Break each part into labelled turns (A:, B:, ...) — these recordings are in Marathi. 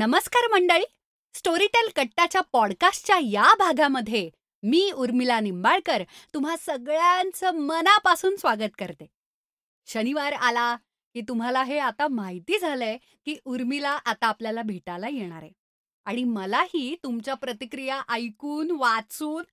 A: नमस्कार मंडळी स्टोरीटेल कट्टाच्या पॉडकास्टच्या या भागामध्ये मी उर्मिला निंबाळकर तुम्हा सगळ्यांचं मनापासून स्वागत करते शनिवार आला की तुम्हाला हे आता माहिती झालंय की उर्मिला आता आपल्याला भेटायला येणार आहे आणि मलाही तुमच्या प्रतिक्रिया ऐकून वाचून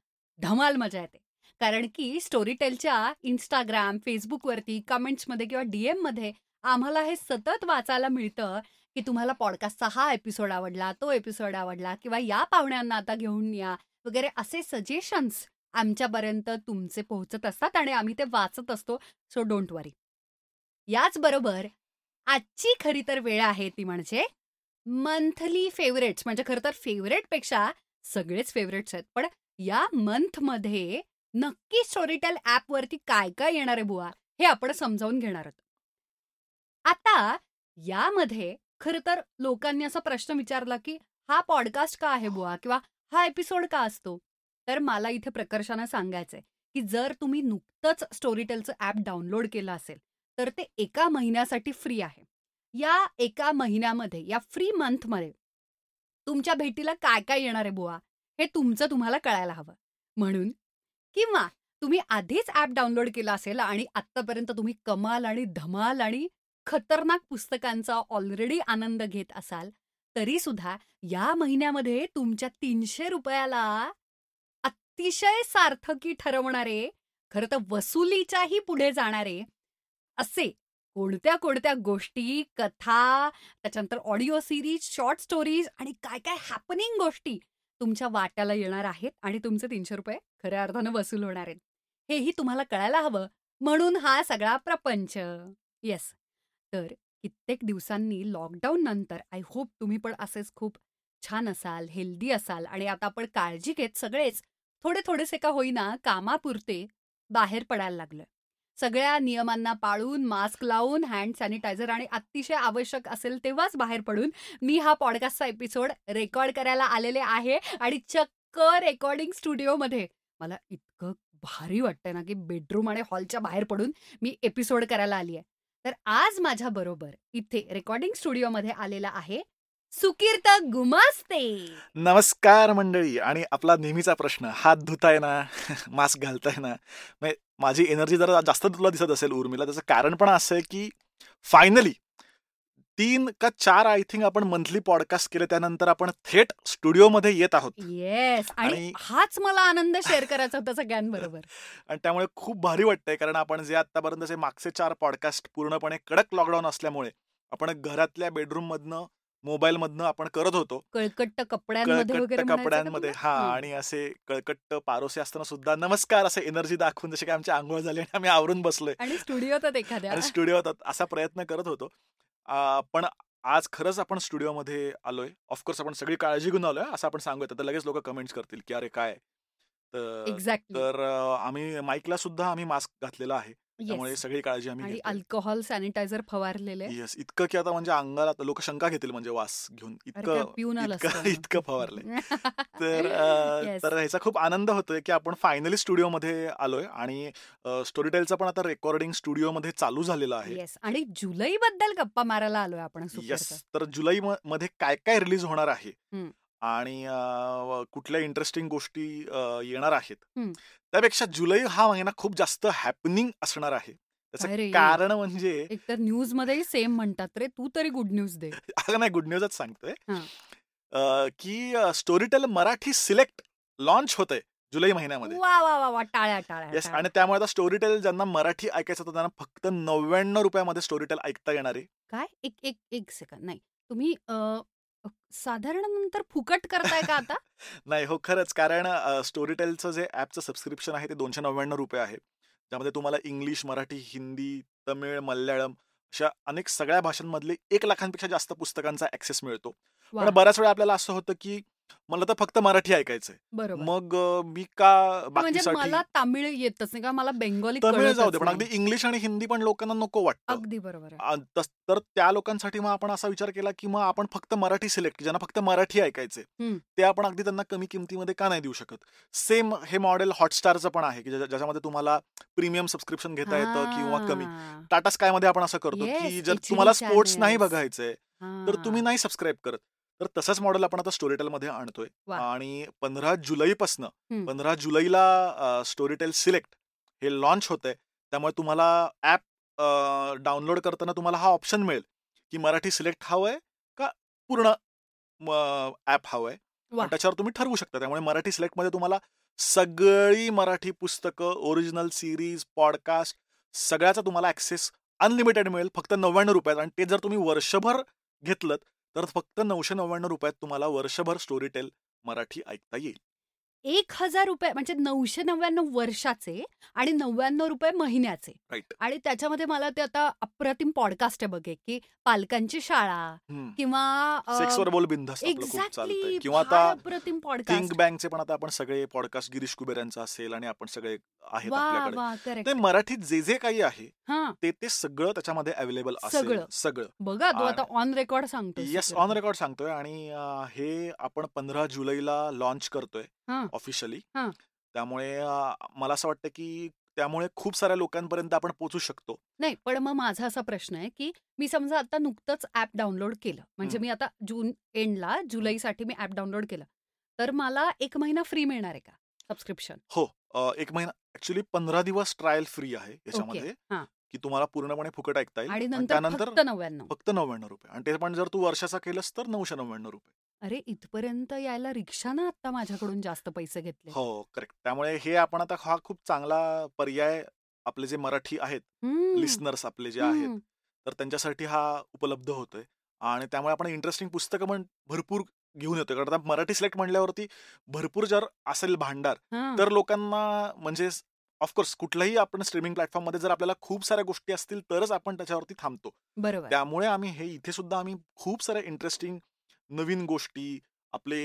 A: धमाल मजा येते कारण की स्टोरीटेलच्या इंस्टाग्राम फेसबुकवरती कमेंट्समध्ये किंवा डी एममध्ये आम्हाला हे सतत वाचायला मिळतं की तुम्हाला पॉडकास्टचा हा एपिसोड आवडला तो एपिसोड आवडला किंवा या पाहुण्यांना आता घेऊन या वगैरे असे सजेशन्स आमच्यापर्यंत तुमचे पोहोचत असतात आणि आम्ही ते वाचत असतो सो डोंट वरी याचबरोबर आजची खरी तर वेळ आहे ती म्हणजे मंथली फेवरेट्स म्हणजे खरं तर फेवरेटपेक्षा सगळेच फेवरेट्स आहेत पण या मंथमध्ये नक्की स्टोरीटेल ॲपवरती काय काय येणार आहे बुवा हे आपण समजावून घेणार आहोत आता यामध्ये खरं तर लोकांनी असा प्रश्न विचारला की हा पॉडकास्ट का आहे बुवा किंवा हा एपिसोड का असतो तर मला इथे प्रकर्षानं सांगायचंय की जर तुम्ही नुकतंच स्टोरीटेलचं ॲप डाउनलोड केलं असेल तर ते एका महिन्यासाठी फ्री आहे या एका महिन्यामध्ये या फ्री मंथमध्ये तुमच्या भेटीला काय काय येणार आहे बुवा हे तुमचं तुम्हाला कळायला हवं म्हणून किंवा तुम्ही आधीच ॲप डाउनलोड केलं असेल आणि आत्तापर्यंत तुम्ही कमाल आणि धमाल आणि खतरनाक पुस्तकांचा ऑलरेडी आनंद घेत असाल तरी सुद्धा या महिन्यामध्ये तुमच्या तीनशे रुपयाला अतिशय सार्थकी ठरवणारे खरं तर वसुलीच्याही पुढे जाणारे असे कोणत्या कोणत्या गोष्टी कथा त्याच्यानंतर ऑडिओ सिरीज शॉर्ट स्टोरीज आणि काय काय हॅपनिंग गोष्टी तुमच्या वाट्याला येणार आहेत आणि तुमचे तीनशे रुपये खऱ्या अर्थानं वसूल होणार आहेत हेही तुम्हाला कळायला हवं म्हणून हा सगळा प्रपंच येस तर कित्येक दिवसांनी लॉकडाऊन नंतर आय होप तुम्ही पण असेच खूप छान असाल हेल्दी असाल आणि आता आपण काळजी घेत सगळेच थोडे थोडेसे का होईना कामापुरते बाहेर पडायला लागलं सगळ्या नियमांना पाळून मास्क लावून हँड सॅनिटायझर आणि अतिशय आवश्यक असेल तेव्हाच बाहेर पडून मी हा पॉडकास्टचा एपिसोड रेकॉर्ड करायला आलेले आहे आणि चक्क रेकॉर्डिंग स्टुडिओमध्ये मला इतकं भारी वाटतंय ना की बेडरूम आणि हॉलच्या बाहेर पडून मी एपिसोड करायला आली आहे तर आज माझ्या बरोबर इथे रेकॉर्डिंग स्टुडिओमध्ये आलेला आहे सुकीर्त गुमास्ते
B: नमस्कार मंडळी आणि आपला नेहमीचा प्रश्न हात धुताय ना मास्क घालताय ना म्हणजे माझी एनर्जी जरा जास्त तुला दिसत असेल उर्मिला त्याचं कारण पण असं आहे की फायनली तीन का चार आय थिंक आपण मंथली पॉडकास्ट केले त्यानंतर आपण थेट स्टुडिओमध्ये येत आहोत
A: येस आणि
B: आणि-
A: हाच मला आनंद शेअर करायचा होता सगळ्यांबरोबर
B: आणि त्यामुळे खूप भारी वाटतंय कारण आपण जे आतापर्यंतचे मागचे चार पॉडकास्ट पूर्णपणे कडक लॉकडाऊन असल्यामुळे आपण घरातल्या बेडरूम मधनं मोबाईल मधनं आपण करत होतो
A: कळकट्ट कपड्यांमध्ये
B: कळकट्ट
A: वगैरे म्हणायचं का
B: कपड्यांमध्ये
A: तुला?
B: हा
A: हं.
B: आणि असे कळकट्ट पारोसे असताना सुद्धा नमस्कार असे एनर्जी दाखवून जसे काय आमची आंघोळ झाली आणि आम्ही आवरून बसलोय
A: आणि स्टुडिओत एखाद्या
B: आणि स्टुडिओत असा प्रयत्न करत होतो आ, पण आज खरंच आपण स्टुडिओमध्ये आलोय ऑफकोर्स आपण सगळी काळजी घेऊन आलोय असं आपण सांगूयात आता लगेच लोक कमेंट्स करतील की अरे काय तर
A: एक्झॅक्टली
B: तर अ, आम्ही माईकला सुद्धा आम्ही मास्क घातलेला आहे त्यामुळे
A: येस
B: सगळी काळजी आम्ही
A: आणि
B: घेतोय.
A: अल्कोहोल सॅनिटायझर फवारलेले
B: येस इतकं की आता म्हणजे अंगाला लोक शंका घेतील म्हणजे वास घेऊन
A: अरे काय
B: इतकं
A: पिऊन आलं
B: इतकं
A: असतं
B: इतकं फवारलंय तर अ,
A: Yes.
B: तर ह्याचा खूप आनंद होतोय की आपण फायनली स्टुडिओमध्ये आलोय आणि स्टोरीटेलचा पण आता रेकॉर्डिंग स्टुडिओमध्ये चालू झालेला आहे
A: येस आणि जुलै बद्दल गप्पा मारायला आलोय आपण
B: यस
A: सुकीर्त
B: तर जुलै म- मध्ये काय काय रिलीज होणार आहे
A: हम्म.
B: आणि अ, व- कुठल्या इंटरेस्टिंग गोष्टी अ, येणार आहेत
A: हम्म.
B: त्यापेक्षा जुलै हा महिना खूप जास्त हॅपनिंग असणार आहे
A: अरे.
B: त्याचं कारण म्हणजे
A: एक तर न्यूज मध्ये सेम म्हणतात रे तू तरी गुड न्यूज दे
B: अगं नाही गुड न्यूजच सांगतोय
A: हां.
B: अ, की स्टोरीटेल मराठी सिलेक्ट लॉन्च होतंय जुलै महिन्यामध्ये
A: वा वा वा वा टाळ्या टाळ्या
B: येस
A: टाळ्या.
B: आणि त्यामुळे आता स्टोरीटेल ज्यांना मराठी ऐकायचं होतं त्यांना फक्त नव्याण्णव रुपयामध्ये स्टोरीटेल ऐकता येणार आहे
A: काय एक एक एक सेकंद नाही तुम्ही अ, साधारण नंतर फुकट करताय का आता
B: नाही हो खरंच कारण अ, स्टोरीटेलचं जे ॲपचं सबस्क्रिप्शन आहे ते दोनशे नव्याण्णव रुपये आहे ज्यामध्ये तुम्हाला इंग्लिश मराठी हिंदी तमिळ मल्याळम अशा अनेक सगळ्या भाषांमधले एक लाखांपेक्षा जास्त पुस्तकांचा ऍक्सेस मिळतो
A: वा,
B: पण बऱ्याच वेळा आपल्याला असं होतं की मला तर फक्त मराठी ऐकायचंय
A: बरोबर
B: मग अ, मी का
A: म्हणजे
B: बाकीसाठी
A: मला तामिळ येतच नाही का मला बेंगॉली
B: तमिळ
A: कळतच
B: जाऊ दे पण
A: नाही.
B: अगदी इंग्लिश आणि हिंदी पण लोकांना नको वाटतं
A: अगदी बरोबर आहे
B: आ, तस- तर त्या लोकांसाठी मग आपण असा विचार केला की मग आपण फक्त मराठी सिलेक्ट ज्यांना फक्त मराठी ऐकायचे
A: हम्म.
B: ते आपण अगदी त्यांना कमी किमतीमध्ये का नाही देऊ शकत सेम हे मॉडेल हॉटस्टारचं पण आहे की ज्या- ज्याच्यामध्ये तुम्हाला प्रीमियम सबस्क्रिप्शन घेता येतं किंवा कमी
A: हां,
B: टाटा स्काय मध्ये आपण असं करतो
A: Yes,
B: की जर
A: HD
B: तुम्हाला स्पोर्ट्स नाही
A: channels.
B: बघायचंय
A: हां.
B: तर तुम्ही नाही सबस्क्राईब करत तर तसंच मॉडेल आपण आता स्टोरीटेलमध्ये आणतोय
A: वा.
B: आणि पंधरा जुलैपासनं
A: हम्म.
B: पंधरा जुलैला स्टोरीटेल सिलेक्ट हे लॉन्च होत आहे त्यामुळे तुम्हाला ऍप डाउनलोड करताना तुम्हाला हा ऑप्शन मिळेल की मराठी सिलेक्ट हवंय का पूर्ण ऍप हवंय
A: वा.
B: आणि त्याच्यावर तुम्ही ठरवू शकता त्यामुळे मराठी सिलेक्ट मध्ये तुम्हाला सगळी मराठी पुस्तकं ओरिजिनल सिरीज पॉडकास्ट सगळ्याचा तुम्हाला ऍक्सेस अनलिमिटेड मिळेल फक्त नव्याण्णव रुपयात आणि ते जर तुम्ही वर्षभर घेतलं तर फक्त नऊशे नव्याण्णव रुपयात तुम्हाला वर्षभर स्टोरी टेल मराठी ऐकता येईल
A: एक हजार रुपये म्हणजे नऊशे नव्याण्णव वर्षाचे आणि नव्याण्णव रुपये महिन्याचे
B: Right.
A: आणि त्याच्यामध्ये मला ते आता अप्रतिम पॉडकास्ट आहे बघे की पालकांची शाळा
B: हम्म.
A: किंवा अ,
B: सेक्सवर बोल बिंदास आपलं खूप चालतंय
A: एक्झॅक्टली
B: किंवा
A: फार
B: आता
A: अप्रतिम
B: थिंक
A: पॉडकास्ट
B: बँकचे पण आता आपण सगळे पॉडकास्ट गिरीश कुबेर यांचा असेल आणि आपण सगळे आहेत
A: वा
B: आपल्याकडे
A: वा करेक्ट
B: ते मराठीत जे जे काही आहे
A: हा
B: ते ते सगळं त्याच्यामध्ये अवेलेबल असेल
A: सगळं.
B: सगळं
A: बघा तू
B: आ-
A: आता ऑन रेकॉर्ड सांगतो
B: येस ऑन रेकॉर्ड सांगतोय आणि अं, हे आपण पंधरा जुलैला लॉन्च करतोय
A: हां.
B: ऑफिशियली
A: हां.
B: त्यामुळे अं, मला असं वाटतं की त्यामुळे खूप साऱ्या लोकांपर्यंत आपण पोहोचू शकतो
A: नाही पण मग माझा असा प्रश्न आहे की मी समजा आता नुकतंच ऍप डाउनलोड केलं म्हणजे
B: हं.
A: मी आता जून एंडला जुलैसाठी मी ऍप डाउनलोड केलं तर मला एक महिना फ्री मिळणार आहे का सबस्क्रिप्शन
B: हो अं, एक महिना ऍक्च्युली पंधरा दिवस ट्रायल फ्री आहे याच्यामध्ये
A: हां.
B: की तुम्हाला पूर्णपणे फुकट ऐकता येईल
A: आणि
B: आणि
A: नंतर
B: त्यानंतर
A: फक्त नव्याण्णव
B: फक्त नव्याण्णव रुपये आणि ते पण जर तू वर्षाचा केलंस तर नऊशे नव्याण्णव रुपये
A: अरे इथपर्यंत यायला रिक्षानं आता माझ्याकडून जास्त पैसे घेतले
B: हो करेक्ट त्यामुळे हे आपण आता हा खूप चांगला पर्याय आपले जे मराठी आहेत
A: हं,
B: लिस्नर्स आपले जे आहेत
A: हं.
B: तर त्यांच्यासाठी हा उपलब्ध होतोय आणि त्यामुळे आपण इंटरेस्टिंग पुस्तकं पण भरपूर घेऊन येतोय कारण आता मराठी सिलेक्ट म्हणल्यावरती भरपूर जर असेल भांडार
A: हं.
B: तर लोकांना म्हणजे ऑफकोर्स कुठलाही आपण स्ट्रीमिंग प्लॅटफॉर्ममध्ये जर आपल्याला खूप साऱ्या गोष्टी असतील तरच आपण त्याच्यावरती थांबतो
A: बरोबर
B: त्यामुळे आम्ही हे इथे सुद्धा आम्ही खूप साऱ्या इंटरेस्टिंग नवीन गोष्टी आपले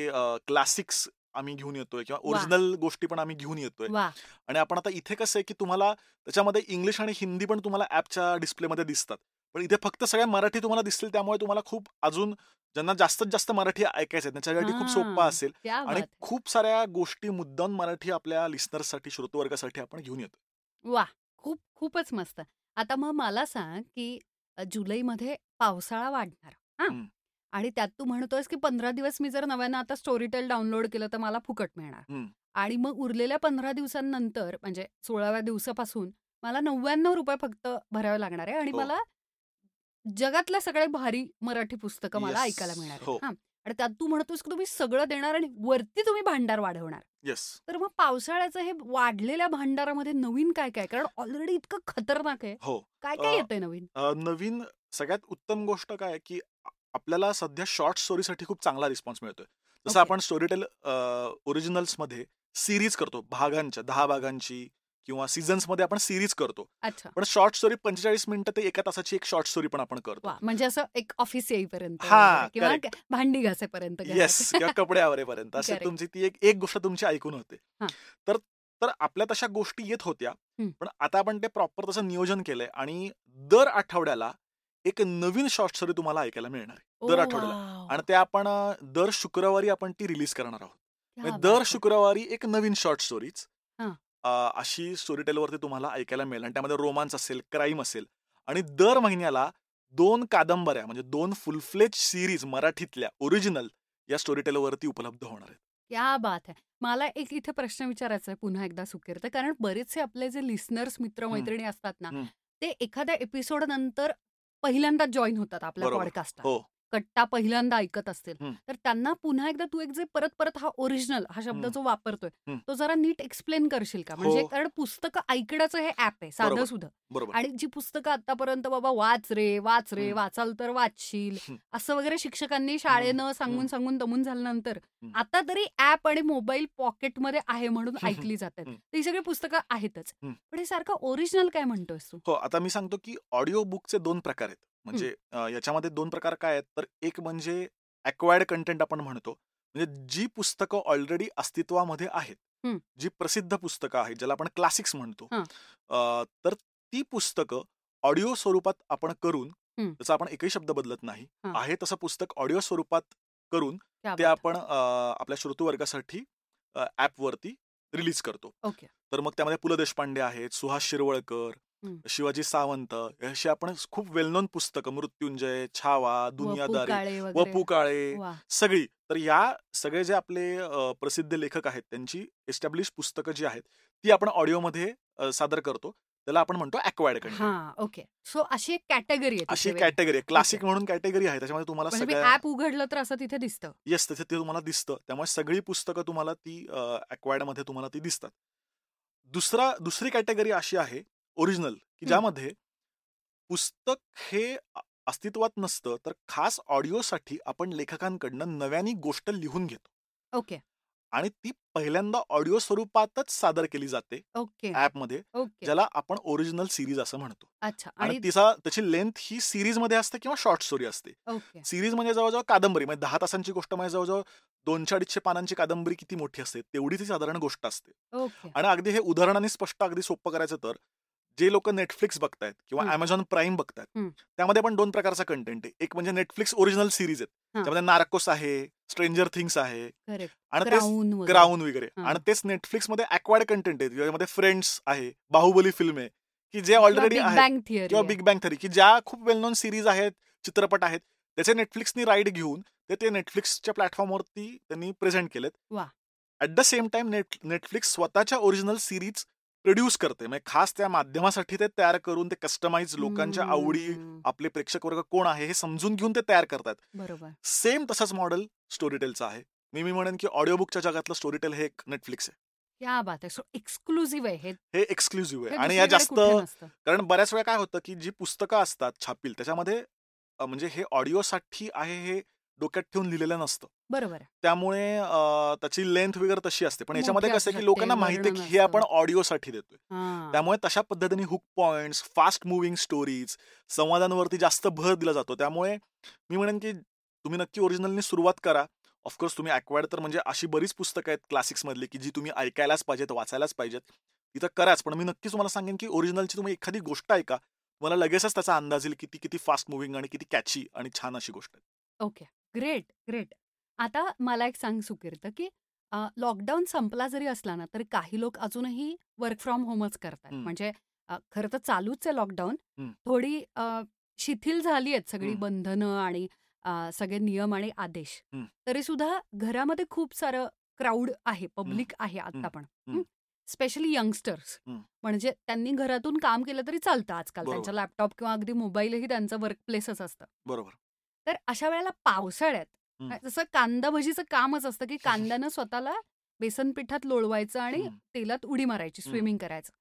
B: क्लासिक्स आम्ही घेऊन येतोय किंवा
A: वा.
B: ओरिजिनल गोष्टी पण आम्ही घेऊन येतोय
A: वा
B: आणि आपण आता इथे कसं आहे की तुम्हाला त्याच्यामध्ये इंग्लिश आणि हिंदी पण तुम्हाला ऍपच्या डिस्प्लेमध्ये दिसतात पण इथे फक्त सगळ्या मराठी तुम्हाला दिसतील त्यामुळे तुम्हाला खूप अजून ज्यांना जास्तीत जास्त मराठी ऐकायचं आहे त्यांच्यासाठी खूप
A: हां.
B: सोपा असेल
A: त्या
B: आणि खूप साऱ्या गोष्टी मुद्दाम मराठी आपल्या लिस्नर्ससाठी श्रोतवर्गासाठी आपण घेऊन येतो
A: वा खूप खूपच मस्त आता मग मला सांग की अ, जुलैमध्ये पावसाळा वाढणार हा
B: हं.
A: आणि त्यात तू म्हणतोयस की पंधरा दिवस मी जर नव्यानं आता स्टोरीटेल डाउनलोड केलं तर मला फुकट मिळणार
B: हं.
A: आणि मग उरलेल्या पंधरा दिवसांनंतर म्हणजे सोळाव्या दिवसापासून मला नव्याण्णव रुपये फक्त भरावे लागणार आहे आणि
B: हो.
A: मला जगातल्या सगळ्या भारी मराठी पुस्तकं मला
B: Yes.
A: ऐकायला मिळणार आहेत.
B: हो.
A: हा आणि त्यात तू म्हणतोस की तुम्ही सगळं देणार आणि वरती तुम्ही भांडार वाढवणार
B: येस
A: तर मग पावसाळ्याचं हे वाढलेल्या भांडारामध्ये नवीन काय काय कारण ऑलरेडी इतकं खतरनाक आहे
B: हो
A: काय काय
B: अ,
A: येतंय नवीन
B: अ, नवीन सगळ्यात उत्तम गोष्ट काय आहे की आ- आपल्याला सध्या शॉर्ट स्टोरीसाठी खूप चांगला रिस्पॉन्स मिळतोय जसं
A: ओके.
B: आपण स्टोरीटेल ओरिजिनल्समध्ये सिरीज करतो भागांच्या दहा भागांची किंवा सीझन्समध्ये आपण सिरीज करतो
A: अच्छा
B: पण शॉर्ट स्टोरी पंचेचाळीस मिनिटं ते एका तासाची एक शॉर्ट स्टोरी पण आपण करतो
A: वा म्हणजे असं एक ऑफिस येईपर्यंत
B: हा,
A: वगैरे किंवा
B: correct.
A: भांडी घासेपर्यंत घरात.
B: येस किंवा कपडे आवरेपर्यंत असे
A: Correct.
B: तुमची ती एक एक गोष्ट तुमची ऐकून होते
A: हा.
B: तर तर आपल्या तशा गोष्टी येत होत्या
A: हम्म.
B: पण आता आपण ते प्रॉपर तसं नियोजन केलंय आणि दर आठवड्याला एक नवीन शॉर्ट स्टोरी तुम्हाला ऐकायला मिळणार आहे.
A: ओ,
B: दर आठवड्याला.
A: वाव.
B: आणि ते आपण अ, दर शुक्रवारी आपण ती रिलीज करणार आहोत
A: क्या
B: म्हणजे
A: बात
B: दर
A: आहे.
B: शुक्रवारी एक नवीन शॉर्ट स्टोरीज
A: हां.
B: अशी स्टोरी वरती तुम्हाला ऐकायला मिळेल आणि त्यामध्ये रोमांस असेल क्राईम असेल आणि दर महिन्याला दोन कादंबऱ्या म्हणजे दोन फुलफ्लेज सिरीज मराठीतल्या ओरिजिनल या स्टोरी वरती उपलब्ध होणार आहेत
A: क्या बात आहे मला एक इथे प्रश्न विचारायचा आहे पुन्हा एकदा सुकीर्त कारण बरेचसे आपले जे लिस्नर्स मित्रमैत्रिणी असतात ना
B: हं.
A: ते एखाद्या एपिसोड नंतर पहिल्यांदा जॉईन होतात आपल्या
B: बरोबर.
A: पॉडकास्टला
B: हो
A: कट्टा पहिल्यांदा ऐकत असतील
B: हं.
A: तर त्यांना पुन्हा एकदा तू एक जे परत परत हा ओरिजिनल हा शब्द
B: हं.
A: जो वापरतोय
B: हं.
A: तो जरा नीट एक्सप्लेन करशील का म्हणजे
B: हो.
A: कारण पुस्तकं ऐकण्याचं हे ऍप आहे साधं
B: बरोबर.
A: सुद्धा
B: बरोबर
A: आणि जी पुस्तकं आतापर्यंत बाबा वाच रे वाच रे
B: हं.
A: वाचाल तर वाचशील
B: हं.
A: असं वगैरे शिक्षकांनी शाळेनं सांगून
B: हं.
A: सांगून दमून झाल्यानंतर
B: हं.
A: आता तरी ऍप आणि मोबाईल पॉकेटमध्ये आहे म्हणून ऐकली जातात
B: हं.
A: ती सगळी पुस्तकं आहेतच
B: हं.
A: पण हे सारखं ओरिजिनल काय म्हणतोयस तू
B: हो आता मी सांगतो की ऑडिओ बुकचे दोन प्रकार आहेत म्हणजे अ, याच्यामध्ये दोन प्रकार काय आहेत तर एक म्हणजे अक्वायर्ड कंटेंट आपण म्हणतो म्हणजे जी पुस्तकं ऑलरेडी अस्तित्वामध्ये आहेत
A: हं.
B: जी प्रसिद्ध पुस्तकं आहेत ज्याला आपण क्लासिक्स म्हणतो
A: हां.
B: अ, तर ती पुस्तकं ऑडिओ स्वरूपात आपण करून
A: हं.
B: त्याचा आपण एकही शब्द बदलत नाही
A: हां.
B: आहे तसं पुस्तक ऑडिओ स्वरूपात करून
A: क्या
B: ते
A: बात.
B: आपण अ, आपल्या श्रोतवर्गासाठी ऍपवरती रिलीज करतो
A: ओके
B: तर मग त्यामध्ये पु ल देशपांडे आहेत सुहास शिरवळकर
A: हम्म.
B: शिवाजी सावंत अशी आपण खूप वेल नोन पुस्तकं मृत्युंजय छावा दुनियादारी
A: काळे वगैरे हो.
B: वपू काळे
A: वा
B: सगळी तर या सगळे जे आपले अ, प्रसिद्ध लेखक आहेत त्यांची एस्टॅब्लिश पुस्तकं जी आहेत ती आपण ऑडिओमध्ये अ, सादर करतो त्याला आपण म्हणतो अक्वायर्ड कंटेंट
A: हा ओके सो अशी एक कॅटेगरी आहे
B: अशी
A: तिथे वेगळी.
B: कॅटेगरी क्लासिक म्हणून कॅटेगरी आहे त्याच्यामध्ये तुम्हाला
A: म्हणजे मी
B: सगळ्या
A: ऍप उघडलं तर असं तिथे दिसतं
B: येस तिथे ते तुम्हाला दिसतं त्यामुळे सगळी पुस्तकं तुम्हाला ती अक्वायर्ड मध्ये तुम्हाला ती दिसतात दुसरा दुसरी कॅटेगरी अशी आहे ओरिजिनल की
A: हं.
B: ज्यामध्ये पुस्तक हे अ- अस्तित्वात नसतं तर खास ऑडिओसाठी आपण लेखकांकडनं नव्यानी गोष्ट लिहून घेतो
A: ओके
B: आणि ती पहिल्यांदा ऑडिओ स्वरूपातच सादर केली जाते
A: ओके
B: ऍपमध्ये
A: ओके
B: ज्याला आपण ओरिजिनल सिरीज असं म्हणतो
A: अच्छा
B: आणि
A: आणि
B: तिचा त्याची लेंथ ही सिरीज मध्ये असते किंवा शॉर्ट स्टोरी असते
A: ओके
B: सिरीज म्हणजे जवळजवळ कादंबरी म्हणजे दहा तासांची गोष्ट म्हणजे जवळजवळ दोनशे अडीचशे पानांची कादंबरी किती मोठी असते तेवढी ती साधारण गोष्ट असते
A: ओके
B: आणि अगदी हे उदाहरणाने स्पष्ट अगदी सोपं करायचं तर जे लोक नेटफ्लिक्स बघतायत किंवा
A: हं.
B: अमेझॉन प्राईम बघतायत
A: हं.
B: त्यामध्ये पण दोन प्रकारचा कंटेंट आहे एक म्हणजे नेटफ्लिक्स ओरिजिनल सिरीज आहेत
A: हां.
B: त्यामध्ये नार्कोस आहे स्ट्रेंजर थिंग्स आहे
A: करेक्ट
B: आणि तेच
A: क्राऊन वगैरे.
B: क्राऊन वगैरे
A: हां.
B: आणि तेच नेटफ्लिक्स मध्ये अक्वायर्ड कंटेंट आहे ज्यामध्ये फ्रेंड्स आहे बाहुबली फिल्म आहे की जे
A: किंवा
B: ऑलरेडी
A: बिग
B: आहे
A: बँग थिअरी
B: किंवा
A: आहे.
B: बिग बँग थरी की ज्या खूप वेल नोन सिरीज आहेत चित्रपट आहेत त्याचे नेटफ्लिक्सनी राईड घेऊन ते ते नेटफ्लिक्सच्या प्लॅटफॉर्मवरती त्यांनी प्रेझेंट केलेत
A: वा.
B: At the same time Netflix स्वतःच्या ओरिजिनल सिरीज प्रोड्यूस करते म्हणजे खास त्या माध्यमासाठी ते तयार करून ते कस्टमाइज लोकांच्या
A: हम्म,
B: आवडी आपले प्रेक्षक वर्ग कोण आहे हे समजून घेऊन ते तयार करतात
A: बरोबर
B: सेम तसाच मॉडेल स्टोरीटेलचा आहे मी मी म्हणेन की ऑडिओबुकच्या जगातलं स्टोरीटेल हे एक नेटफ्लिक्स आहे
A: या बात आहे सो एक्सक्लुझिव्ह आहे हे.
B: हे एक्सक्लुझिव्ह आहे
A: हे
B: आणि या
A: दुसरीकडे
B: जास्त
A: कुठे नसतं.
B: कारण बऱ्याच वेळा काय होतं की जी पुस्तकं असतात छापील त्याच्यामध्ये अ, म्हणजे हे ऑडिओसाठी आहे हे डोक्यात ठेवून लिहिलेलं नसतं
A: बरोबर आहे.
B: त्यामुळे अ, त्याची लेंथ वगैरे तशी असते पण याच्यामध्ये
A: मोठी
B: कसं आहे
A: असू
B: की लोकांना
A: शकते,
B: माहिती आहे
A: वर्णन
B: की हे आपण
A: असतं.
B: ऑडिओसाठी देतोय
A: हा.
B: त्यामुळे तशा पद्धतीने hook points fast moving stories संवादांवरती जास्त भर दिला जातो त्यामुळे मी म्हणेन की तुम्ही नक्की ओरिजिनलने सुरुवात करा ऑफकोर्स तुम्ही ॲक्वायर्ड तर म्हणजे अशी बरीच पुस्तकं आहेत क्लासिक्स मधली की जी तुम्ही ऐकायलाच पाहिजेत वाचायलाच पाहिजेत तिथं कराच पण मी नक्कीच तुम्हाला सांगेन की ओरिजिनलची तुम्ही एखादी गोष्ट ऐका मला लगेचच त्याचा अंदाज येईल की ती किती फास्ट मुव्हिंग आणि किती कॅची आणि छान अशी गोष्ट आहे
A: ओके ग्रेट ग्रेट आता मला एक सांग सुकीर्त की अ, लॉकडाऊन संपला जरी असला ना तरी काही लोक अजूनही वर्क फ्रॉम होमच करतात
B: हम्म.
A: म्हणजे अ, खरं तर चालूच आहे लॉकडाऊन
B: हम्म.
A: थोडी अ, शिथिल झाली आहेत सगळी
B: हम्म.
A: बंधनं आणि अ, सगळे नियम आणि आदेश
B: हम्म.
A: तरी सुद्धा घरामध्ये खूप सारं क्राऊड आहे पब्लिक आहे आता पण
B: हम्म.
A: स्पेशली यंगस्टर्स
B: हम्म.
A: म्हणजे त्यांनी घरातून काम केलं तरी चालतं आजकाल
B: बरोबर.
A: त्यांचा लॅपटॉप किंवा अगदी मोबाईलही त्यांचं वर्क प्लेसच असतं
B: बरोबर
A: तर अशा वेळेला पावसाळ्यात
B: हं.
A: जसं कांदा भजीचं कामच असतं की कांद्यानं स्वतःला बेसन पिठात लोळवायचं आणि
B: हम्म.
A: तेलात उडी मारायची
B: हं.
A: स्विमिंग करायचं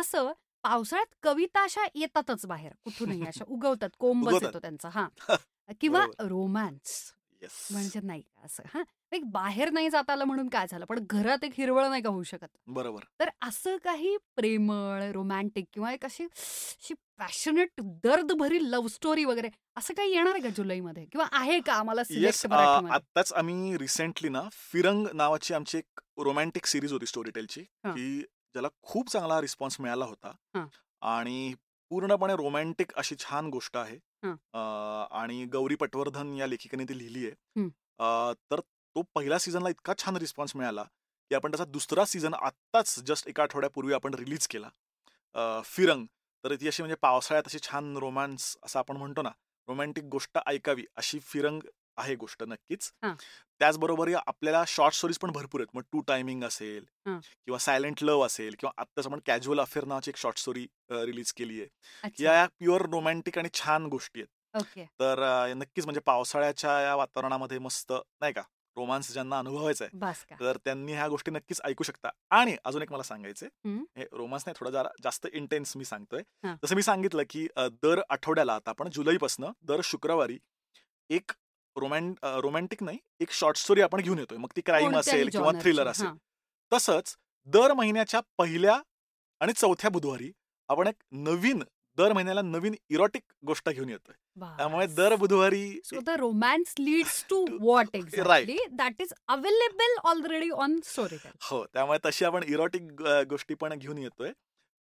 A: तसं पावसाळ्यात कविता अशा येतातच बाहेर कुठूनही अशा उगवतात कोंबच
B: उगवतात.
A: येतो त्यांचा हा किंवा रोमॅन्स
B: Yes.
A: म्हणजे नाही का असं हा एक बाहेर नाही जात आलं म्हणून काय झालं पण घरात एक हिरवळ नाही का होऊ शकत
B: बरोबर
A: तर असं काही प्रेमळ रोमॅन्टिक किंवा एक अशी अशी पॅशनेट दर्द भरी लव्ह स्टोरी वगैरे असं काही येणार आहे का जुलैमध्ये किंवा आहे का आम्हाला
B: येस
A: सिलेक्ट मराठीमध्ये
B: आताच आम्ही रिसेंटली ना फिरंग नावाची आमची एक रोमॅन्टिक सिरीज होती स्टोरीटेलची
A: हा.
B: की ज्याला खूप चांगला रिस्पॉन्स मिळाला होता
A: हा.
B: आणि पूर्णपणे रोमॅन्टिक अशी छान गोष्ट आहे
A: हा.
B: अं, आणि गौरी पटवर्धन या लेखिकेने ती लिहिली आहे
A: हम्म.
B: अं, तर तो पहिला सीझनला इतका छान रिस्पॉन्स मिळाला की आपण त्याचा दुसरा सीझन आत्ताच जस्ट एका आठवड्यापूर्वी आपण रिलीज केला अं, फिरंग तर ती अशी म्हणजे पावसाळ्यात अशी छान रोमांस असं आपण म्हणतो ना रोमॅन्टिक गोष्ट ऐकावी अशी फिरंग आहे गोष्ट नक्कीच
A: हा.
B: त्याचबरोबर या आपल्याला शॉर्ट स्टोरीज पण भरपूर आहेत मग टू टायमिंग असेल
A: हा.
B: किंवा सायलेंट लव्ह असेल किंवा आत्ताच आपण कॅज्युअल अफेअर नावाची एक शॉर्ट स्टोरी रिलीज केली आहे
A: अच्छा
B: या प्युअर रोमॅन्टिक आणि छान गोष्टी आहेत
A: ओके
B: तर अ, नक्कीच म्हणजे पावसाळ्याच्या या वातावरणामध्ये मस्त नाही का रोमांस ज्यांना अनुभवायचा आहे
A: बस का
B: तर त्यांनी ह्या गोष्टी नक्कीच ऐकू शकता आणि अजून एक मला सांगायचं आहे,
A: हम्म.
B: हे रोमांस नाही थोडा जरा जास्त इंटेन्स मी सांगतोय
A: हा.
B: जसं मी सांगितलं की अ, दर आठवड्याला आता आपण जुलैपासनं दर शुक्रवारी एक रोमॅन अ, रोमॅन्टिक नाही एक शॉर्ट स्टोरी आपण घेऊन येतोय मग ती क्राईम
A: कोणत्याही
B: असेल किंवा
A: genre
B: थ्रिलर
A: ची,
B: असेल
A: हां.
B: तसंच दर महिन्याच्या पहिल्या आणि चौथ्या बुधवारी आपण एक नवीन दर महिन्याला नवीन इरोटिक गोष्ट घेऊन येतोय त्यामुळे
A: बस.
B: दर बुधवारी
A: So the romance leads to
B: To-
A: what
B: right.
A: exactly? That is available already on Storytel.
B: हो त्यामुळे तशी आपण इरोटिक गोष्टी पण घेऊन येतोय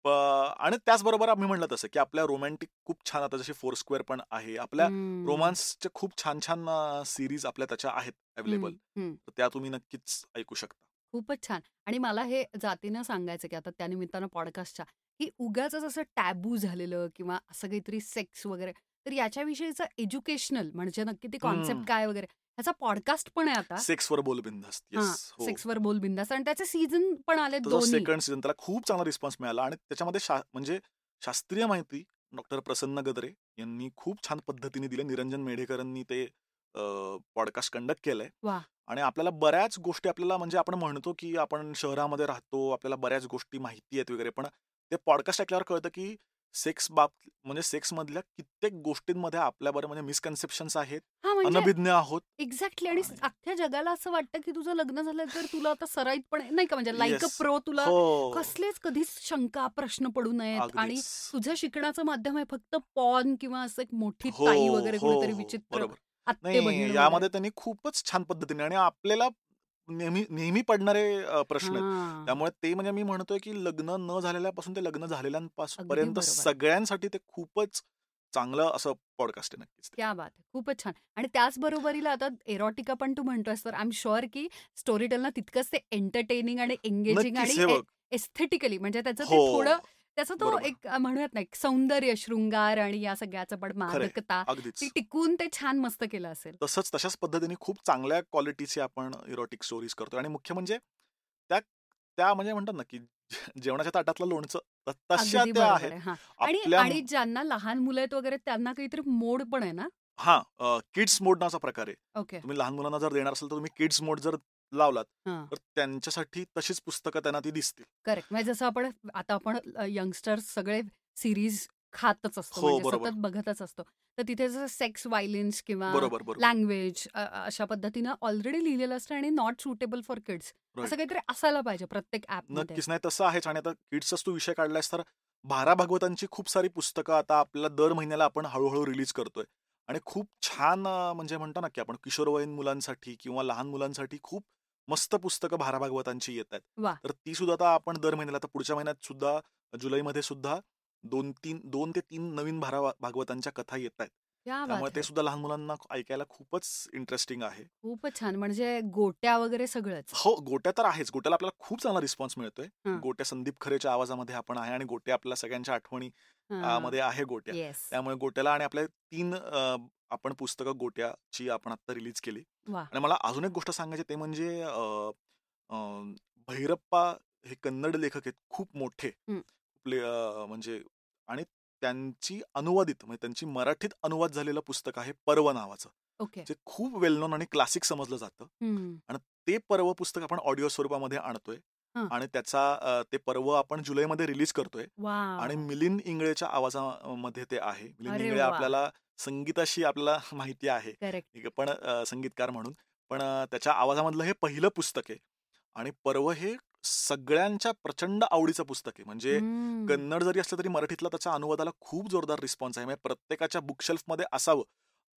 B: प- आणि त्याचबरोबर आम्ही म्हणलं तसं की आपल्या रोमॅन्टिक खूप छान आता जसे फोर स्क्वेअर पण आहे आपल्या
A: हम्म.
B: रोमांसच्या खूप छान छान सिरीज आपल्या त्याच्या आहेत अवेलेबल
A: हम्म, हम्म.
B: तर त्या तुम्ही नक्कीच ऐकू शकता
A: खूपच छान आणि मला हे जातीनं सांगायचं की आता त्यानिमित्तानं पॉडकास्टच्या हे उगाच असं टॅबू झालेलं किंवा असं काहीतरी सेक्स वगैरे तर याच्याविषयीचं एज्युकेशनल म्हणजे नक्की ते कॉन्सेप्ट
B: हम्म.
A: काय वगैरे ह्याचा पॉडकास्ट पण आहे आता
B: सेक्सवर बोल बिंदास्त
A: हा
B: येस हो
A: सेक्सवर बोल बिंदास आणि त्याचे सीझन पण आले
B: त्याचा
A: दोन्ही
B: सेकंड सीझन त्याला खूप चांगला रिस्पॉन्स मिळाला आणि त्याच्यामध्ये शा- म्हणजे शास्त्रीय माहिती डॉक्टर प्रसन्न गदरे यांनी खूप छान पद्धतीने दिली निरंजन मेढेकरांनी ते पॉडकास्ट कंडक्ट केलंय
A: वा.
B: आणि आपल्याला बऱ्याच गोष्टी आपल्याला म्हणजे आपण म्हणतो की आपण शहरामध्ये राहतो आपल्याला बऱ्याच गोष्टी माहिती आहेत वगैरे पण ते पॉडकास्ट ऐकल्यावर कळतं की सेक्स बाब म्हणजे सेक्स मधल्या कित्येक गोष्टींमध्ये आपल्याबरोबर म्हणजे मिसकन्सेप्शन्स आहेत
A: हा म्हणजे
B: अनभिज्ञ आहोत
A: एक्झॅक्टली आणि अख्ख्या जगाला असं वाटतं की तुझं लग्न झालं तर तुला आता सराईत पण नाही का म्हणजे लाईक अ
B: Yes.
A: प्रो तुला
B: हो
A: कसलेच कधीच शंका प्रश्न पडू नयेत आणि
B: अगदीच.
A: तुझं शिकण्याचं माध्यम आहे फक्त पॉन किंवा असं एक मोठी
B: हो,
A: ताई वगैरे
B: हो,
A: कुठेतरी
B: हो,
A: विचित्र
B: बरोबर
A: आत्ते
B: नाही
A: बहिणी
B: यामध्ये त्यांनी खूपच छान पद्धतीने आणि आपल्याला नेहमी नेहमी पडणारे अ, प्रश्न आहेत त्यामुळे ते म्हणजे मी म्हणतोय की लग्न न झालेल्यापासून ते लग्न झालेल्यांपासून
A: अगदी
B: पर्यंत
A: बरोबर.
B: सगळ्यांसाठी ते खूपच चांगलं असं पॉडकास्ट आहे नक्कीच ते.
A: क्या बात आहे. खूपच छान आणि त्याच बरोबरीला आता एरोटिका पण तू म्हणतोयस तर आय एम शुअर की स्टोरी टेलना तितकंच ते एंटरटेनिंग आणि एंगेजिंग
B: नक्कीच हे
A: आणि
B: बघ
A: एस्थेटिकली म्हणजे त्याचं ते
B: हो
A: थोडं त्याचं तो
B: बरोबर.
A: एक अ, म्हणूयात ना एक सौंदर्य शृंगार आणि या सगळ्याचं पण मादकता
B: अगदीच
A: ती टिकून ते छान मस्त केलं असेल
B: तसंच तशाच पद्धतीने खूप चांगल्या क्वालिटीचे आपण इरोटिक स्टोरीज करतो आणि मुख्य म्हणजे त्या त्या म्हणजे म्हणतात ना की जेवणाच्या ताटातलं लोणचं त- तशा
A: अगदी
B: त्या
A: बरोबर
B: आहेत
A: आहे हा आणि
B: आपल्या
A: आणि ज्यांना लहान मुलं आहेत वगैरे त्यांना काहीतरी मोड पण आहे ना
B: हा किड्स मोड नावाचा प्रकार आहे
A: ओके
B: तुम्ही लहान मुलांना जर देणार असाल तर तुम्ही किड्स मोड जर लावलात
A: हा
B: तर त्यांच्यासाठी तशीच पुस्तकं त्यांना ती दिसतील
A: करेक्ट म्हणजे जसं आपण आता आपण यंगस्टर्स सगळे सिरीज खातच असतो
B: हो,
A: म्हणजे
B: बरोबर.
A: सतत बघतच असतो तर तिथे जसं सेक्स वायलेन्स किंवा
B: बरोबर बरोबर
A: लँग्वेज अशा पद्धतीनं ऑलरेडी लिहिलेलं असतं आणि not suitable for kids
B: Right.
A: असं काहीतरी असायला पाहिजे प्रत्येक ऍप मध्ये
B: नक्कीच नाही तसं आहेच आणि आता किड्सचाच तू विषय काढलायस तर भारा भागवतांची खूप सारी पुस्तकं आता आपल्याला दर महिन्याला आपण हळूहळू रिलीज करतोय आणि खूप छान अं, म्हणजे म्हणतो ना की आपण किशोरवयीन मुलांसाठी किंवा लहान मुलांसाठी खूप मस्त पुस्तकं भारा भागवतांची येत
A: वा.
B: आहेत तर ती सुद्धा आता आपण दर महिन्याला आता पुढच्या महिन्यात सुद्धा जुलैमध्ये सुद्धा दोन तीन दोन ते तीन नवीन भारा भागवतांच्या कथा येत आहेत
A: क्या बात
B: त्यामुळे ते
A: आहे.
B: सुद्धा लहान मुलांना ऐकायला खूपच इंटरेस्टिंग आहे
A: खूपच छान म्हणजे गोट्या वगैरे सगळंच
B: हो गोट्या तर आहेच गोट्याला आपल्याला खूप चांगला रिस्पॉन्स मिळतोय
A: हं.
B: गोट्या संदीप खरेच्या आवाजामध्ये आपण आहे आणि गोट्या आपल्या सगळ्यांच्या आठवणी आ, मध्ये आहे गोट्या
A: येस
B: त्यामुळे गोट्याला आणि आपल्या तीन अ, आपण पुस्तकं गोट्याची आपण आता रिलीज केली
A: वा
B: आणि मला अजून एक गोष्ट सांगायची ते म्हणजे अ, अ, भैरप्पा हे कन्नड लेखक आहेत खूप मोठे
A: हं.
B: आपले, अ, म्हणजे आणि त्यांची अनुवादित म्हणजे त्यांची मराठीत अनुवाद झालेलं पुस्तक आहे पर्व नावाचं
A: ओके
B: जे खूप वेल नोन आणि क्लासिक समजलं जातं ते पर्व पुस्तक आपण ऑडिओ स्वरूपामध्ये आणतोय
A: हा.
B: आणि त्याचा अ, ते पर्व आपण जुलैमध्ये रिलीज करतोय
A: वा
B: आणि मिलिंद इंगळेच्या आवाजामध्ये ते आहे मिलिंद
A: अरे
B: इंगळे
A: वा.
B: आपल्याला संगीताशी आपल्याला माहिती आहे
A: करेक्ट
B: एक पण अ, संगीतकार म्हणून पण अ, त्याच्या आवाजामधलं हे पहिलं पुस्तक आहे आणि पर्व हे सगळ्यांच्या प्रचंड आवडीचं पुस्तक आहे म्हणजे कन्नड जरी असलं तरी मराठीतला त्याच्या अनुवादाला खूप जोरदार रिस्पॉन्स आहे म्हणजे प्रत्येकाच्या बुकशेल्फ मध्ये असावं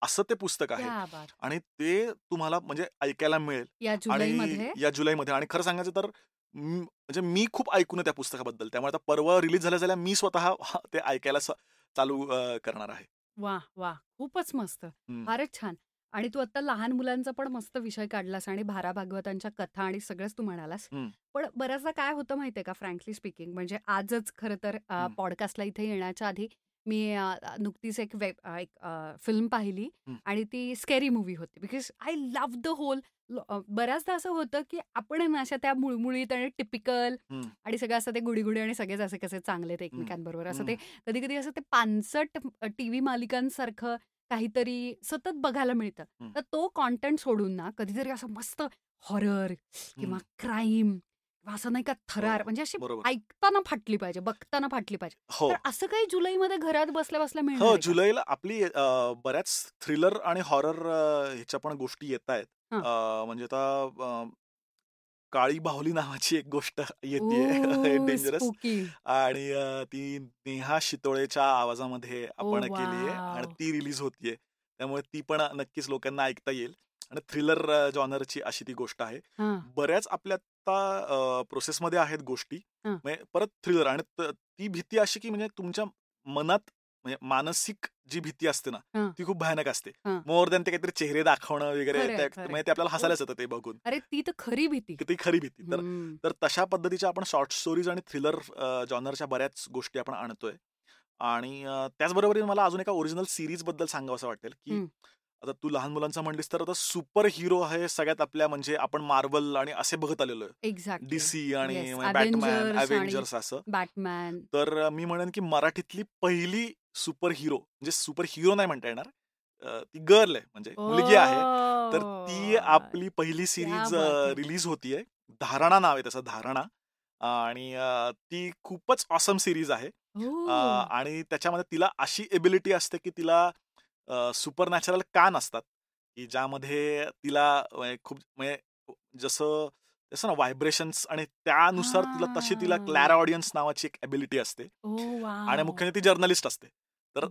B: असं ते पुस्तक आहे
A: क्या बात
B: आणि ते तुम्हाला म्हणजे ऐकायला मिळेल
A: या जुलैमध्ये
B: आणि या जुलैमध्ये आणि खरं सांगायचं तर म- म्हणजे मी खूप ऐकून आहे त्या पुस्तकाबद्दल त्यामुळे आता परवा रिलीज झाल्या झाल्या मी स्वतः ते ऐकायला स- चालू अ, करणार आहे
A: वा वा खूपच मस्त
B: हम्म.
A: फारच छान आणि तू आता लहान मुलांचा पण मस्त विषय काढलास आणि भारा भागवतांच्या कथा आणि सगळंच तू म्हणालास
B: हम्म.
A: पण बऱ्याचदा काय होतं माहितीये का फ्रँकली स्पीकिंग म्हणजे आजच खरं तर अ,
B: हम्म.
A: पॉडकास्टला इथे येण्याच्या आधी मी अ, नुकतीच एक वेब अ, एक फिल्म पाहिली
B: हम्म.
A: आणि ती स्केरी मूवी होती because I love the whole बऱ्याचदा असं होतं की आपण आहे ना अशा त्या मुळमुळीत आणि टिपिकल
B: हम्म.
A: आणि सगळं असं ते गुडीगुडी आणि सगळेच असे कसे चांगले ते एकमेकांबरोबर असं ते म्हणजे कधी कधी असं ते पानसट टी व्ही मालिकांसारखं काहीतरी सतत बघायला मिळतं
B: हम्म.
A: तर तो कॉन्टेंट सोडून ना कधीतरी असं मस्त हॉरर किंवा
B: हम्म.
A: क्राईम किंवा असं नाही का थरार
B: हो,
A: म्हणजे अशी
B: बरोबर
A: ऐकताना फाटली पाहिजे बघताना फाटली पाहिजे
B: हो
A: तर असं काही जुलैमध्ये घरात बसल्या बसल्या मिळणार
B: हो
A: आहे का?
B: जुलैला आपली अ, बऱ्याच थ्रिलर आणि हॉरर ह्याच्या पण गोष्टी येत आहेत
A: हा.
B: म्हणजे आता अ, काळी बाहुली नावाची एक गोष्ट येते
A: Ooh,
B: डेंजरस
A: spooky.
B: आणि अ, ती नेहा शितोळेच्या आवाजामध्ये आपण
A: Oh,
B: केली आहे
A: wow.
B: आणि ती रिलीज होतीये त्यामुळे ती पण नक्कीच लोकांना ऐकता येईल आणि थ्रिलर जॉनरची अशी ती गोष्ट आहे
A: हा,
B: बऱ्याच आपल्या आता प्रोसेसमध्ये आहेत गोष्टी
A: हा.
B: म्हणजे परत थ्रिलर आणि त- ती भीती अशी की म्हणजे तुमच्या मनात म्हणजे मानसिक जी भीती असते ना
A: हं.
B: ती खूप भयानक असते
A: हं.
B: मोर दॅन ते काहीतरी चेहरे दाखवणं वगैरे
A: खरंय,
B: त्या-
A: खरंय.
B: म्हणजे ते आपल्याला हसायलाच येतं ते बघून
A: अरे ती तर खरी भीती
B: की ती खरी भीती तर
A: हम्म.
B: तर तशा पद्धतीच्या आपण शॉर्ट स्टोरीज आणि थ्रिलर जॉनरच्या बऱ्याच गोष्टी आपण आणतोय आणि अ, त्याचबरोबर मला अजून एका ओरिजिनल सिरीज बद्दल सांगावं असं वाटेल की
A: हम्म.
B: आता तू लहान मुलांचं म्हणलीस तर आता सुपर हिरो हे सगळ्यात आपल्या म्हणजे आपण मार्वल आणि असे बघत आलेलो आहे
A: एक्झॅक्ट
B: डीसी आणि म्हणजे
A: Yes, Avengers
B: बॅटमॅन
A: आणि-
B: अव्हेंजर्स असं
A: बॅटमॅन
B: तर अ, मी म्हणेन की मराठीतली पहिली सुपर हिरो म्हणजे सुपर हिरो नाही म्हणता येणार अ, ती गर्ल आहे म्हणजे मुलगी आहे तर ती
A: हो.
B: आपली पहिली सिरीज
A: बात आहे.
B: रिलीज होतीये धारणा नाव आहे त्याचं धारणा आणि अ, ती खूपच ऑसम सिरीज आहे
A: हो.
B: अ, आणि त्याच्यामध्ये तिला अशी एबिलिटी असते की तिला सुपर नॅचरल कान असतात की ज्यामध्ये तिला म्हणजे खूप म्हणजे जसं जसं ना व्हायब्रेशन्स आणि त्यानुसार तिला तशी तिला
A: हा.
B: क्लॅरा ऑडियन्स नावाची एक एबिलिटी असते आणि मुख्यतः ती जर्नलिस्ट असते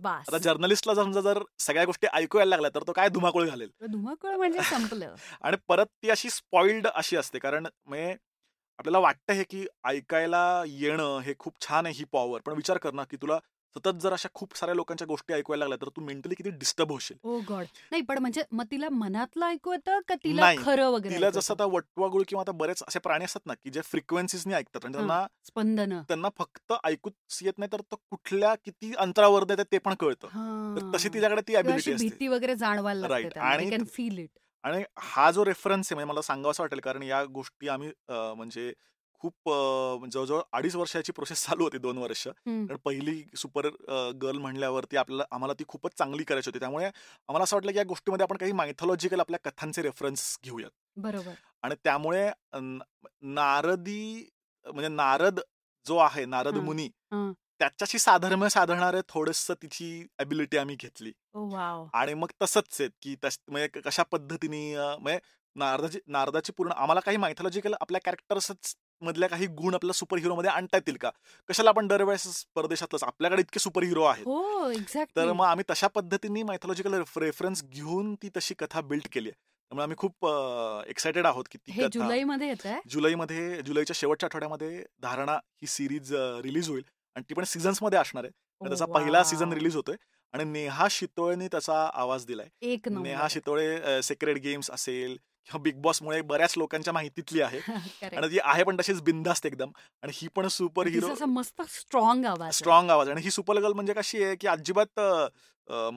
B: आता जर्नलिस्टला समजा जर सगळ्या गोष्टी ऐकू यायला लागल्या तर तो काय धुमाकूळ घालेल
A: धुमाकूळ म्हणजे संपलं
B: आणि परत ती अशी स्पॉइल्ड अशी असते कारण म्हणजे आपल्याला वाटतं हे की ऐकायला येणं हे खूप छान आहे ही पॉवर पण विचार कर ना की तुला सतत जर अशा खूप साऱ्या लोकांच्या गोष्टी ऐकवायला लागल्या तर तू मेंटली किती डिस्टर्ब होशील
A: ओ गॉड Oh नाही पण म्हणजे मग तिला मनातलं ऐकू येतं का तिला
B: नाही,
A: खरं वगैरे
B: तिला
A: ऐकू
B: जसं
A: येतं?
B: आता वटवागुळ किंवा आता बरेच असे प्राणी असतात ना की जे फ्रिक्वेन्सीजने ऐकतात आणि
A: हं.
B: त्यांना
A: स्पंदन
B: त्यांना फक्त ऐकूच येत नाही तर तो कुठल्या किती अंतरावर नाही ते पण कळतं तर तशी तिच्याकडे ती ऍबिलिटी असते
A: भीती वगैरे जाणवायला लागते
B: Right.
A: त्यामुळे.
B: आणि
A: You can feel it.
B: आणि हा जो रेफरन्स आहे म्हणजे मला सांगावं असं वाटेल कारण या गोष्टी आम्ही अं, म्हणजे खूप अं, जवळजवळ अडीच वर्षाची प्रोसेस चालू होती दोन वर्ष
A: हम्म.
B: कारण पहिली सुपर गर्ल म्हणल्यावरती आपल्याला आम्हाला ती खूपच चांगली करायची होती त्यामुळे आम्हाला असं वाटलं की या गोष्टीमध्ये आपण काही मायथॉलॉजिकल आपल्या कथांचे रेफरन्स घेऊयात
A: बरोबर
B: आणि त्यामुळे अं, नारदी म्हणजे नारद जो आहे नारद
A: हं,
B: मुनी
A: हं.
B: त्याच्याशी साधर्म्य साधणारे थोडस तिची ऍबिलिटी आम्ही घेतली
A: ओ वाव
B: आणि मग तसंच आहेत की तस म्हणजे क- कशा पद्धतीने अं, म्हणजे नारदाची नारदाची पूर्ण आम्हाला काही मायथॉलॉजिकल आपल्या कॅरेक्टर्सच मधल्या काही गुण आपल्या सुपर हिरो मध्ये आणता येतील का कशाला आपण दरवेळेस परदेशातलंच आपल्याकडे इतके सुपर हिरो आहेत
A: हो एक्झॅक्ट
B: तर मग आम्ही तशा पद्धतीने मायथॉलॉजिकल रेफरन्स घेऊन ती तशी कथा बिल्ड केली आहे त्यामुळे आम्ही खूप एक्सायटेड आहोत की ती
A: हे
B: कथा
A: जुलै मध्ये येत आहे
B: जुलैमध्ये जुलैच्या शेवटच्या आठवड्यामध्ये धारणा ही सिरीज रिलीज होईल आणि ती पण सीझन्स मध्ये असणार आहे
A: Oh,
B: आणि त्याचा पहिला सीझन रिलीज होतोय आणि नेहा शितोळेने त्याचा आवाज दिलाय
A: एक
B: Neha
A: number
B: Shitole secret games असेल किंवा बिग बॉस मुळे बऱ्याच लोकांच्या माहितीतली आहे
A: Correct.
B: आणि ती आहे पण तशीच बिंदास्त एकदम आणि ही पण सुपर
A: तिचा
B: हिरो
A: असा मस्त स्ट्रॉंग आवाज आहे.
B: स्ट्रॉंग आवाज आहे. आणि ही सुपर गर्ल म्हणजे कशी आहे की अजिबात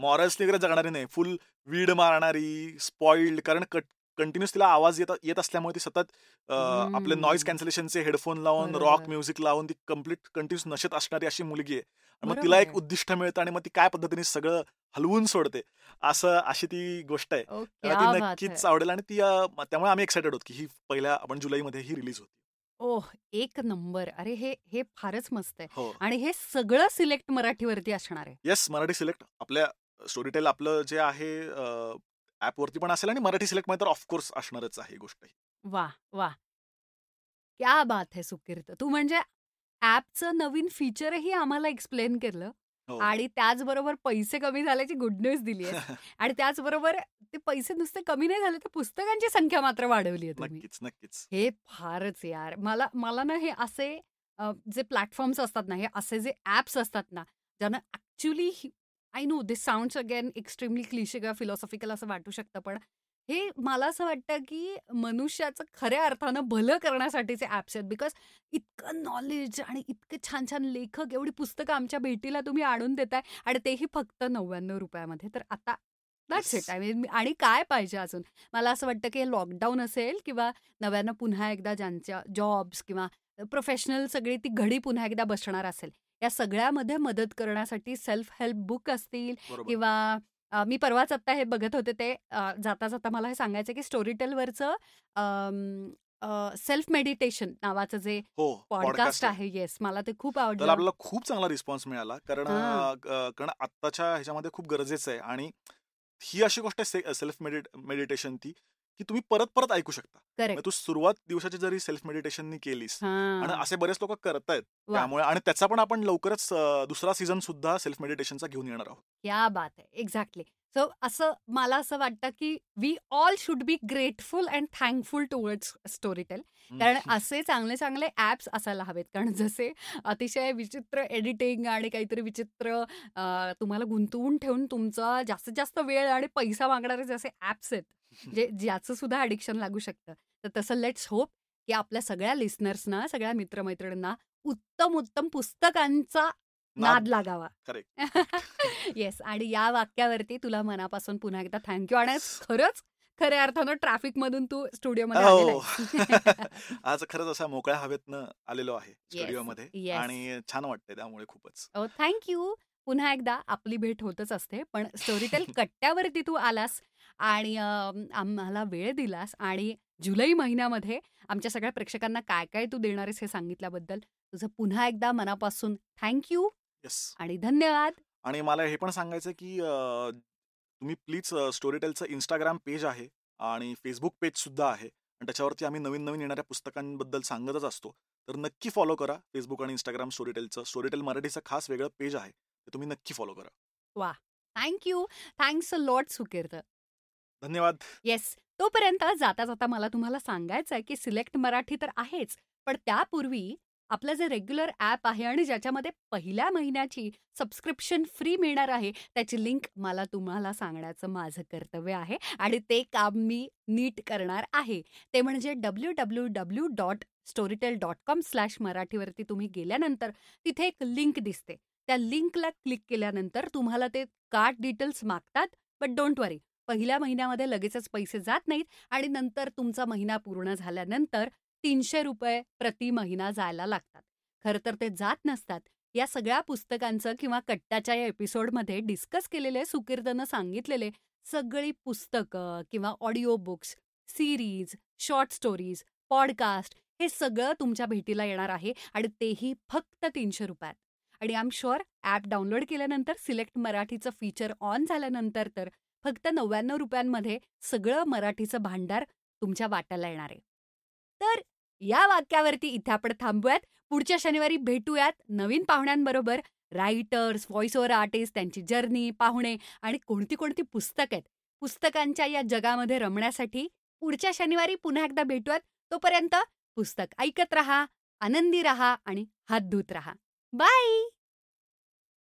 B: मॉरल्सनी वगैरे जगणारी नाही फुल वीड मारणारी स्पॉइल्ड कारण कट कंटिन्युअस तिला आवाज येत येत असल्यामुळे ती सतत अ,
A: हम्म.
B: आपले नॉईज कॅन्सलेशनचे हेडफोन लावून
A: बरोबर.
B: रॉक म्युझिक लावून ती कम्प्लीट कंटिन्युअस नशेत असणारी अशी मुलगी आहे आणि मग
A: बरोबर
B: तिला एक
A: आहे.
B: उद्दिष्ट मिळतं आणि मग ती काय पद्धतीने सगळं हलवून सोडते असं अशी ती गोष्ट आहे
A: ओ,
B: त्याला
A: क्या
B: ती
A: बात है.
B: नक्कीच आवडेल आणि ती अ, म- त्यामुळे आम्ही एक्सायटेड होत की ही पहिल्या आपण जुलैमध्ये ही रिलीज होती
A: ओह Oh, एक नंबर अरे हे हे फारच मस्त आहे
B: हो
A: आणि हे सगळं सिलेक्ट मराठीवरती असणार आहे
B: येस मराठी सिलेक्ट आपल्या स्टोरीटेल आपलं जे आहे ऍप वरती पण असेल आणि मराठी सिलेक्ट मध्ये तर ऑफकोर्स असणारच आहे ही गोष्ट
A: वा वा क्या बात है सुकीर्त तू म्हणजे ॲपचं नवीन फीचरही आम्हाला एक्सप्लेन केलं
B: हो.
A: आणि त्याचबरोबर पैसे कमी झाल्याची गुड न्यूज दिली आहे आणि त्याचबरोबर ते पैसे नुसते कमी नाही झाले तर पुस्तकांची संख्या मात्र वाढवली आहे तुम्ही
B: नक्कीच नक्कीच
A: हे फारच यार मला मला ना हे असे अ, जे प्लॅटफॉर्म्स असतात ना हे असे जे ॲप्स असतात ना ज्यांना actually I know they sounds again extremely cliche किंवा फिलॉसॉफिकल असं वाटू शकतं पण हे मला असं वाटतं की मनुष्याचं खऱ्या अर्थानं भलं करण्यासाठीचे ॲप्स आहेत बिकॉज इतकं नॉलेज आणि इतके छान छान लेखक एवढी पुस्तकं आमच्या भेटीला तुम्ही आणून देताय आणि तेही फक्त नव्याण्णव रुपयामध्ये तर आता that's
B: Yes.
A: It I mean आणि काय पाहिजे अजून मला असं वाटतं की हे लॉकडाऊन असेल किंवा नव्यानं पुन्हा एकदा ज्यांच्या जॉब्स किंवा प्रोफेशनल सगळी ती घडी पुन्हा एकदा बसणार असेल या सगळ्यामध्ये मदत करण्यासाठी सेल्फ हेल्प बुक असतील
B: बरोबर
A: किंवा अ, मी परवाच आत्ता हे बघत होते ते अ, जाता जाता मला हे सांगायचं की स्टोरीटेलवरचं सेल्फ मेडिटेशन नावाचं जे
B: हो
A: पॉडकास्ट आहे येस मला ते खूप
B: तर
A: आवडलं
B: आपल्याला खूप चांगला रिस्पॉन्स मिळाला कारण
A: हा.
B: अ, क- कारण आत्ताच्या ह्याच्यामध्ये खूप गरजेचं आहे आणि ही अशी गोष्ट आहे सेल्फ मेडिटेशन ती की तुम्ही परत परत ऐकू शकता
A: Correct.
B: म्हणजे तू सुरुवात दिवसाची जरी सेल्फ मेडिटेशननी केलीस आणि
A: हा
B: असे बरेच लोक करतायत
A: वा.
B: त्यामुळे आणि त्याचा पण आपण लवकरच अ, दुसरा सीझन सुद्धा सेल्फ मेडिटेशनचा घेऊन येणार आहोत
A: क्या बात आहे एक्झॅक्टली सो असं मला असं वाटतं की we all should be grateful and thankful towards Storytel कारण असे चांगले चांगले ॲप्स असायला हवेत कारण जसे अतिशय विचित्र एडिटिंग आणि काहीतरी विचित्र अ, तुम्हाला गुंतवून ठेवून तुमचा जास्तीत जास्त वेळ आणि पैसा मागणारे जसे ॲप्स आहेत जे ज्याचं सुद्धा ॲडिक्शन लागू शकतं तर तसं लेट्स होप की आपल्या सगळ्या लिस्नर्सना सगळ्या मित्रमैत्रिणींना उत्तम उत्तम पुस्तकांचा नाद लागावा येस आणि या वाक्यावरती तुला मनापासून पुन्हा एकदा थँक्यू आणि खरंच खऱ्या अर्थानं ट्रॅफिक मधून तू स्टुडिओमध्ये
B: हो
A: आलेला
B: आज खरंच असा मोकळ्या हवेतनं आलेलो आहे स्टुडिओमध्ये
A: yes.
B: आणि छान वाटतंय त्यामुळे खूपच
A: थँक्यू पुन्हा एकदा आपली भेट होतच असते पण स्टोरीटेल कट्ट्यावरती तू आलास आणि अम, आम्हाला वेळ दिलास आणि जुलै महिन्यामध्ये आमच्या सगळ्या प्रेक्षकांना काय काय तू देणार आहेस हे सांगितल्याबद्दल तुझं पुन्हा एकदा मनापासून थँक्यू
B: येस
A: आणि धन्यवाद
B: आणि मला हे पण सांगायचं की अं, तुम्ही प्लीज स्टोरीटेलचं इंस्टाग्राम पेज आहे आणि फेसबुक पेज सुद्धा आहे आणि त्याच्यावरती आम्ही नवीन नवीन येणाऱ्या पुस्तकांबद्दल सांगतच असतो तर नक्की फॉलो करा फेसबुक आणि इंस्टाग्राम स्टोरीटेलचं स्टोरीटेल मराठीचं खास वेगळं पेज आहे ते तुम्ही नक्की फॉलो करा
A: thank you thanks a lot Sukirt
B: धन्यवाद
A: येस तोपर्यंत जाता जाता मला तुम्हाला सांगायचं आहे की सिलेक्ट मराठी तर आहेच पण त्यापूर्वी आपलं जे रेग्युलर ॲप आहे आणि ज्याच्यामध्ये पहिल्या महिन्याची सबस्क्रिप्शन फ्री मिळणार आहे त्याची लिंक मला तुम्हाला सांगण्याचं माझं कर्तव्य आहे आणि ते काम मी नीट करणार आहे ते म्हणजे W W W dot Storytel dot com slash मराठीवरती तुम्ही गेल्यानंतर तिथे एक लिंक दिसते त्या लिंकला क्लिक केल्यानंतर तुम्हाला ते कार्ड डिटेल्स मागतात बट डोंट वरी पहिल्या महिन्यामध्ये लगेचच पैसे जात नाहीत आणि नंतर तुमचा महिना पूर्ण झाल्यानंतर तीनशे रुपये प्रति महिना जायला लागतात खरं तर ते जात नसतात या सगळ्या पुस्तकांचं किंवा कट्टाच्या या एपिसोडमध्ये डिस्कस केलेले सुकीर्तनं सांगितलेले सगळी पुस्तकं किंवा audio books series short stories podcast हे सगळं तुमच्या भेटीला येणार आहे आणि तेही फक्त तीनशे रुपयात आणि आम शुअर ॲप डाउनलोड केल्यानंतर सिलेक्ट मराठीचं फीचर ऑन झाल्यानंतर तर फक्त नव्याण्णव रुपयांमध्ये सगळं मराठीचं भांडार तुमच्या वाट्याला येणार आहे तर या वाक्यावरती इथे आपण थांबूयात पुढच्या शनिवारी भेटूयात नवीन पाहुण्यांबरोबर रायटर्स व्हॉइस ओव्हर आर्टिस्ट त्यांची जर्नी पाहुणे आणि कोणती कोणती पुस्तक आहेत पुस्तकांच्या या जगामध्ये रमण्यासाठी पुढच्या शनिवारी पुन्हा एकदा भेटूयात तोपर्यंत पुस्तक ऐकत रहा आनंदी रहा आणि हात धुत रहा बाय